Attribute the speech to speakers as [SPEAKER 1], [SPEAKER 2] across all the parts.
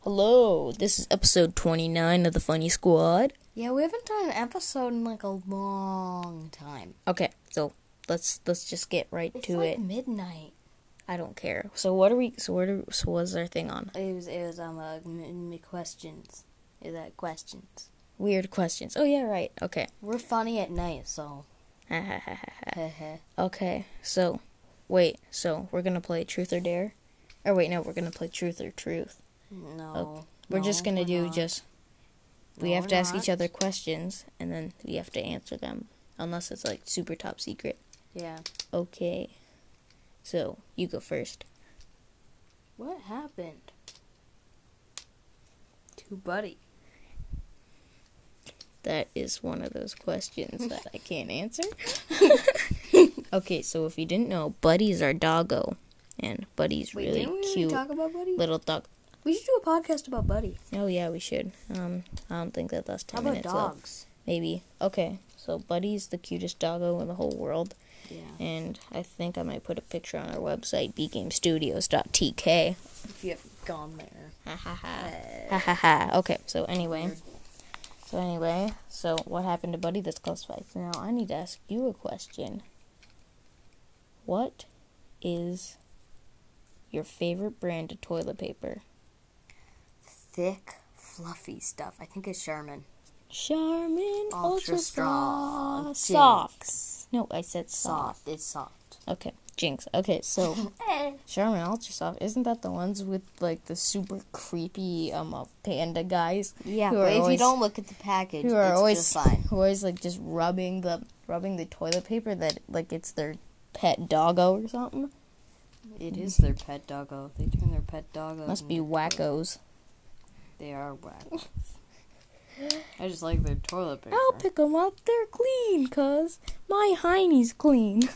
[SPEAKER 1] Hello, this is episode 29 of the Funny Squad.
[SPEAKER 2] Yeah, we haven't done an episode in like a long time.
[SPEAKER 1] Okay, so let's let's just get right
[SPEAKER 2] It's
[SPEAKER 1] to
[SPEAKER 2] like
[SPEAKER 1] it.
[SPEAKER 2] midnight.
[SPEAKER 1] I don't care. So what are we so what, are, so what was our thing on?
[SPEAKER 2] It was it was um uh, m- m- questions. Is that questions?
[SPEAKER 1] Weird questions. Oh yeah, right. Okay.
[SPEAKER 2] We're funny at night, so heh.
[SPEAKER 1] okay. So wait, so we're going to play truth or dare? Or wait, no, we're going to play truth or truth.
[SPEAKER 2] no.
[SPEAKER 1] Oh, We're
[SPEAKER 2] no,
[SPEAKER 1] just going to
[SPEAKER 2] we're
[SPEAKER 1] do
[SPEAKER 2] not.
[SPEAKER 1] just we
[SPEAKER 2] No,
[SPEAKER 1] have
[SPEAKER 2] we're
[SPEAKER 1] to ask
[SPEAKER 2] not.
[SPEAKER 1] each other questions and then we have to answer them unless it's like super top secret.
[SPEAKER 2] Yeah.
[SPEAKER 1] Okay. So, you go first.
[SPEAKER 2] What happened to Buddy?
[SPEAKER 1] That is one of those questions that I can't answer. okay, so if you didn't know, Buddy's our doggo, and Buddy's
[SPEAKER 2] Wait,
[SPEAKER 1] really
[SPEAKER 2] didn't we
[SPEAKER 1] cute
[SPEAKER 2] really talk about Buddy?
[SPEAKER 1] little dog.
[SPEAKER 2] We should do a podcast about Buddy.
[SPEAKER 1] Oh yeah, we should. Um, I don't think that that's
[SPEAKER 2] How
[SPEAKER 1] ten
[SPEAKER 2] about
[SPEAKER 1] minutes. left.
[SPEAKER 2] dogs?
[SPEAKER 1] Maybe. Okay, so Buddy's the cutest doggo in the whole world,
[SPEAKER 2] Yeah.
[SPEAKER 1] and I think I might put a picture on our website, bgamestudios.tk.
[SPEAKER 2] If you haven't gone there.
[SPEAKER 1] Ha ha ha. Ha ha ha. Okay, so anyway. So anyway, so what happened to Buddy that's classified? Now I need to ask you a question. What is your favorite brand of toilet paper?
[SPEAKER 2] Thick, fluffy stuff. I think it's Charmin.
[SPEAKER 1] Charmin
[SPEAKER 2] Ultra
[SPEAKER 1] Ultra,
[SPEAKER 2] Strong
[SPEAKER 1] Strong
[SPEAKER 2] Jinx.
[SPEAKER 1] Soft. No, I said soft. Eh.
[SPEAKER 2] Soft. It's soft.
[SPEAKER 1] Okay, Jinx. Okay, so Charmin Ultra Soft isn't that the ones with like the super creepy um uh, panda guys?
[SPEAKER 2] Yeah,
[SPEAKER 1] who are
[SPEAKER 2] but if you
[SPEAKER 1] always-
[SPEAKER 2] don't look at the package,
[SPEAKER 1] who are
[SPEAKER 2] it's
[SPEAKER 1] always
[SPEAKER 2] just fine.
[SPEAKER 1] who are always like just rubbing the rubbing the toilet paper that like it's their pet doggo or something.
[SPEAKER 2] It is their pet doggo. They turn their pet doggo.
[SPEAKER 1] Must be
[SPEAKER 2] into-
[SPEAKER 1] wackos.
[SPEAKER 2] They are whack. I just like their toilet paper.
[SPEAKER 1] I'll pick 'em up. They're clean, cuz my hiney's clean.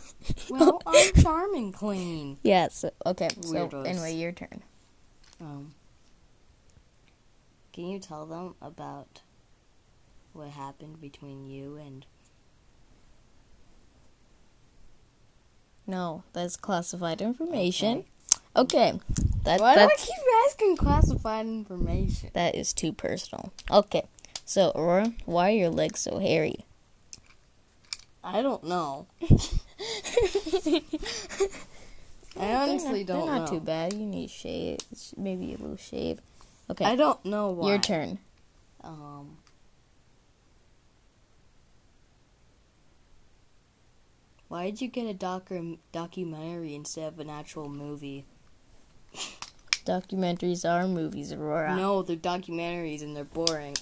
[SPEAKER 2] Well, I'm charming clean.
[SPEAKER 1] yes. Okay. So
[SPEAKER 2] Weirdos.
[SPEAKER 1] anyway, your turn.
[SPEAKER 2] Um, can you tell them about what happened between you and
[SPEAKER 1] No, that's classified information. Okay. That
[SPEAKER 2] Why do I
[SPEAKER 1] that's,
[SPEAKER 2] keep asking classified information?
[SPEAKER 1] that is too personal. Okay. So Aurora, why are your legs so hairy?
[SPEAKER 2] I don't know. I
[SPEAKER 1] They're
[SPEAKER 2] honestly
[SPEAKER 1] not- They're
[SPEAKER 2] don't
[SPEAKER 1] not
[SPEAKER 2] know.
[SPEAKER 1] too bad. You need shave, maybe a little shave. Okay.
[SPEAKER 2] I don't know why.
[SPEAKER 1] Your turn.
[SPEAKER 2] Um. Why did you get a docu- documentary instead of an actual movie?
[SPEAKER 1] Documentaries are movies, Aurora.
[SPEAKER 2] No, they're documentaries and they're boring.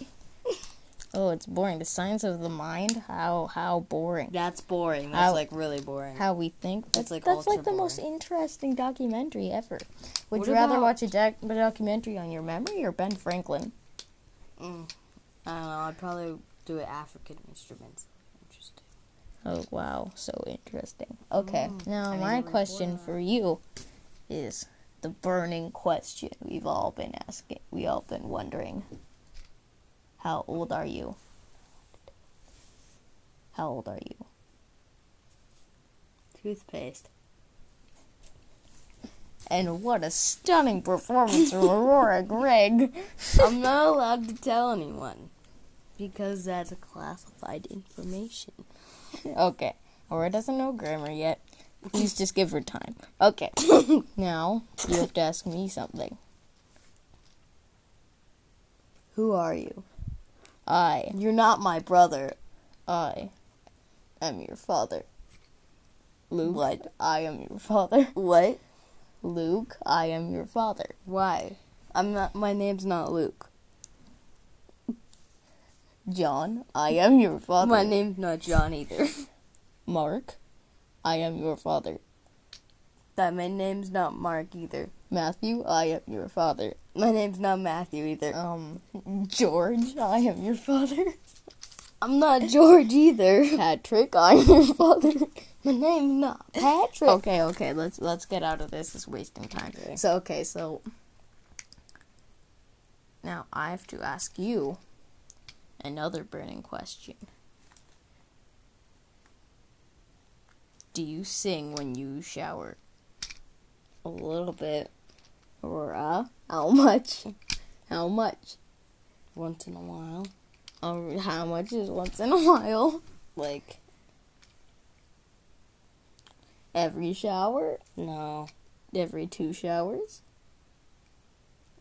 [SPEAKER 1] Oh, it's boring. The science of the mind. How how boring.
[SPEAKER 2] That's boring. That's
[SPEAKER 1] Ow.
[SPEAKER 2] like really boring.
[SPEAKER 1] How we think. That's
[SPEAKER 2] like
[SPEAKER 1] that's like the
[SPEAKER 2] ultra
[SPEAKER 1] most interesting documentary ever. Would
[SPEAKER 2] What
[SPEAKER 1] you rather
[SPEAKER 2] about-
[SPEAKER 1] watch a, doc- a documentary on your memory or Ben Franklin?
[SPEAKER 2] I don't know. I'd probably do it African instruments. Interesting.
[SPEAKER 1] Oh wow, so interesting. Okay, now
[SPEAKER 2] Mm. I
[SPEAKER 1] my
[SPEAKER 2] mean, like,
[SPEAKER 1] question
[SPEAKER 2] what?
[SPEAKER 1] for you is the burning question we've all been asking. We all been wondering. How old are you? How old are you?
[SPEAKER 2] Toothpaste.
[SPEAKER 1] And what a stunning performance from Aurora Gregg.
[SPEAKER 2] I'm not allowed to tell anyone because that's classified information.
[SPEAKER 1] Okay. Aurora doesn't know grammar yet. Please just give her time. Okay. now, you have to ask me something.
[SPEAKER 2] Who are you?
[SPEAKER 1] I,
[SPEAKER 2] You're not my brother.
[SPEAKER 1] I am your father. Luke,
[SPEAKER 2] What?
[SPEAKER 1] I am your father.
[SPEAKER 2] What?
[SPEAKER 1] Luke, I am your father.
[SPEAKER 2] Why? I'm not. My name's not Luke.
[SPEAKER 1] John, I am your father.
[SPEAKER 2] My name's not John either.
[SPEAKER 1] Mark, I am your father.
[SPEAKER 2] that my name's not Mark either.
[SPEAKER 1] Matthew, I am your father.
[SPEAKER 2] My name's not Matthew either.
[SPEAKER 1] Um, George, I am your father.
[SPEAKER 2] I'm not George either.
[SPEAKER 1] Patrick, I am your father.
[SPEAKER 2] My name's not Patrick.
[SPEAKER 1] Okay, okay, let's let's get out of this. It's wasting time.
[SPEAKER 2] Okay.
[SPEAKER 1] So okay, so now I have to ask you another burning question. Do you sing when you shower?
[SPEAKER 2] A little bit.
[SPEAKER 1] Aurora, how much?
[SPEAKER 2] How much? Once in a while. Um, how much is once in a while? Like every shower? No. Every two showers?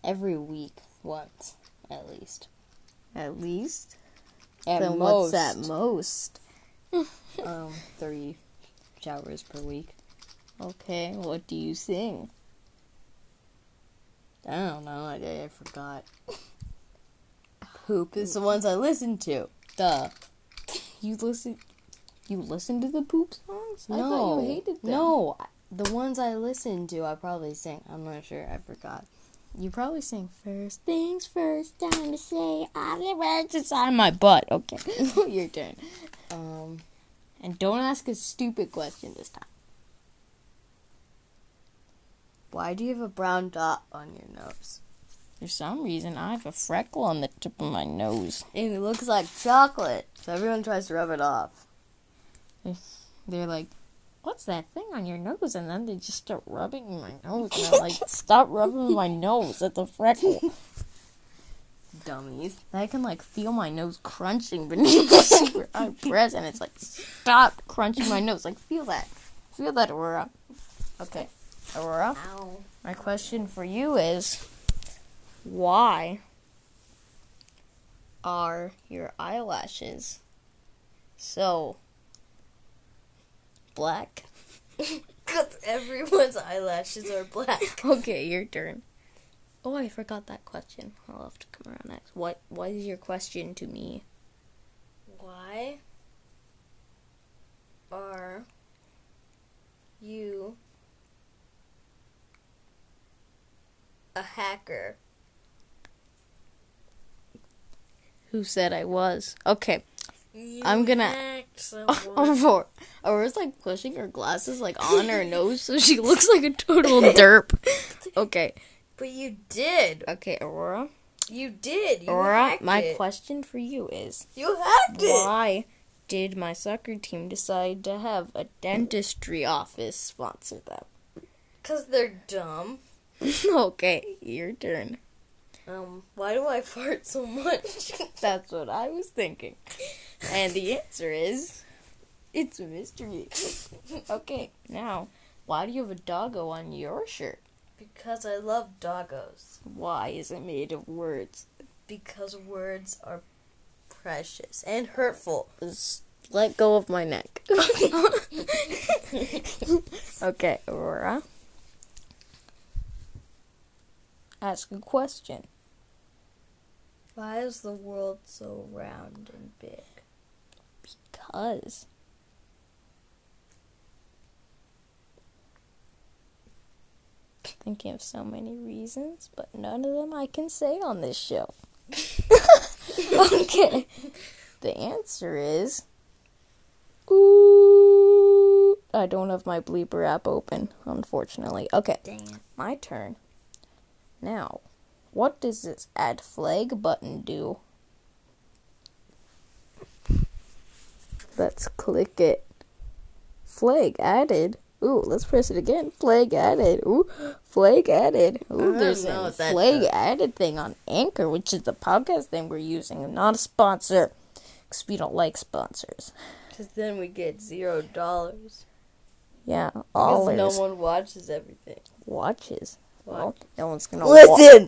[SPEAKER 2] Every week, once at least.
[SPEAKER 1] At least.
[SPEAKER 2] At
[SPEAKER 1] then
[SPEAKER 2] most,
[SPEAKER 1] what's at most?
[SPEAKER 2] um, three showers per week.
[SPEAKER 1] Okay, what do you sing?
[SPEAKER 2] I don't know. I, I forgot. Poop is the ones I listen to. Duh.
[SPEAKER 1] You listen. You listen to the poop songs? I
[SPEAKER 2] No.
[SPEAKER 1] thought you hated them.
[SPEAKER 2] No. I- The ones I listen to, I probably sing. I'm not sure. I forgot.
[SPEAKER 1] You probably sing first things first. Time to say I live it's on my butt. Okay, your turn.
[SPEAKER 2] Um,
[SPEAKER 1] And don't ask a stupid question this time.
[SPEAKER 2] why do you have a brown dot on your nose?
[SPEAKER 1] For some reason, I have a freckle on the tip of my nose.
[SPEAKER 2] And it looks like chocolate. So everyone tries to rub it off.
[SPEAKER 1] They're like, "What's that thing on your nose?" And then they just start rubbing my nose. And I'm like, "Stop rubbing my nose! It's a freckle."
[SPEAKER 2] Dummies.
[SPEAKER 1] I can like feel my nose crunching beneath the super high press, and it's like, "Stop crunching my nose!" Like, feel that, feel that, Aurora. Okay, Aurora.
[SPEAKER 2] Ow.
[SPEAKER 1] My question for you is why are your eyelashes so black?
[SPEAKER 2] Because everyone's eyelashes are black.
[SPEAKER 1] Okay, your turn. Oh, I forgot that question. I'll have to come around next. What what is your question to me?
[SPEAKER 2] Why are you a hacker?
[SPEAKER 1] Who said I was? Okay.
[SPEAKER 2] You
[SPEAKER 1] I'm gonna-
[SPEAKER 2] hacked someone.
[SPEAKER 1] Aurora. Aurora's like pushing her glasses like on her nose so she looks like a total derp. Okay.
[SPEAKER 2] but you did.
[SPEAKER 1] Okay, Aurora.
[SPEAKER 2] You did. You
[SPEAKER 1] Aurora,
[SPEAKER 2] hacked
[SPEAKER 1] my
[SPEAKER 2] it.
[SPEAKER 1] question for you is
[SPEAKER 2] You hacked it.
[SPEAKER 1] Why did my soccer team decide to have a dentistry office sponsor them?
[SPEAKER 2] Because they're dumb.
[SPEAKER 1] okay, your turn.
[SPEAKER 2] Um, why do I fart so much?
[SPEAKER 1] That's what I was thinking. And the answer is it's a mystery. okay, now, why do you have a doggo on your shirt?
[SPEAKER 2] because I love doggos.
[SPEAKER 1] Why is it made of words?
[SPEAKER 2] Because words are precious and hurtful.
[SPEAKER 1] Just let go of my neck. okay, Aurora. Ask a question.
[SPEAKER 2] Why is the world so round and big?
[SPEAKER 1] Because. Thinking of so many reasons, but none of them I can say on this show. okay. The answer is. Ooh. I don't have my bleeper app open, unfortunately. Okay,
[SPEAKER 2] Dang it.
[SPEAKER 1] my turn. Now, what does this add flag button do? Let's click it. Flag added. Ooh, let's press it again. Flag added. Ooh, flag added. Ooh,
[SPEAKER 2] don't
[SPEAKER 1] there's
[SPEAKER 2] know
[SPEAKER 1] a
[SPEAKER 2] what that
[SPEAKER 1] flag
[SPEAKER 2] does.
[SPEAKER 1] added thing on Anchor, which is the podcast thing we're using. Not a sponsor, because we don't like sponsors.
[SPEAKER 2] Because then we get zero dollars.
[SPEAKER 1] Yeah, all
[SPEAKER 2] Because no one watches everything.
[SPEAKER 1] watches. Well, no one's gonna
[SPEAKER 2] Listens.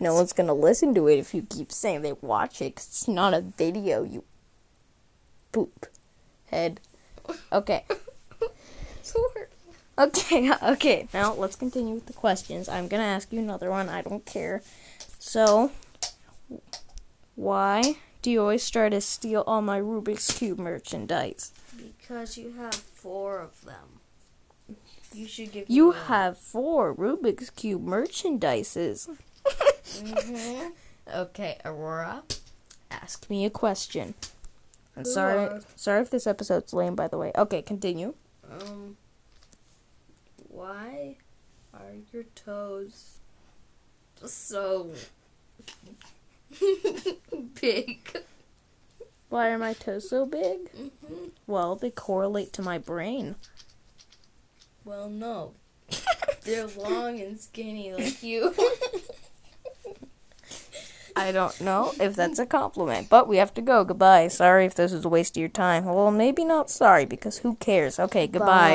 [SPEAKER 1] Wa- no one's gonna listen to it if you keep saying they watch it 'cause it's not a video. You poop head. Okay. Okay. Okay. Now let's continue with the questions. I'm gonna ask you another one. I don't care. So, why do you always try to steal all my Rubik's cube merchandise?
[SPEAKER 2] Because you have four of them. You should give
[SPEAKER 1] You
[SPEAKER 2] me
[SPEAKER 1] have four Rubik's cube merchandises.
[SPEAKER 2] Mhm.
[SPEAKER 1] Okay, Aurora, ask me a question. I'm
[SPEAKER 2] Who
[SPEAKER 1] sorry.
[SPEAKER 2] are-
[SPEAKER 1] Sorry if this episode's lame, by the way. Okay, continue.
[SPEAKER 2] Um. Why are your toes so big?
[SPEAKER 1] Why are my toes so big? Well, they correlate to my brain.
[SPEAKER 2] Well, no. They're long and skinny like you.
[SPEAKER 1] I don't know if that's a compliment, but we have to go. Goodbye. Sorry if this was a waste of your time. Well, maybe not sorry because who cares? Okay, goodbye.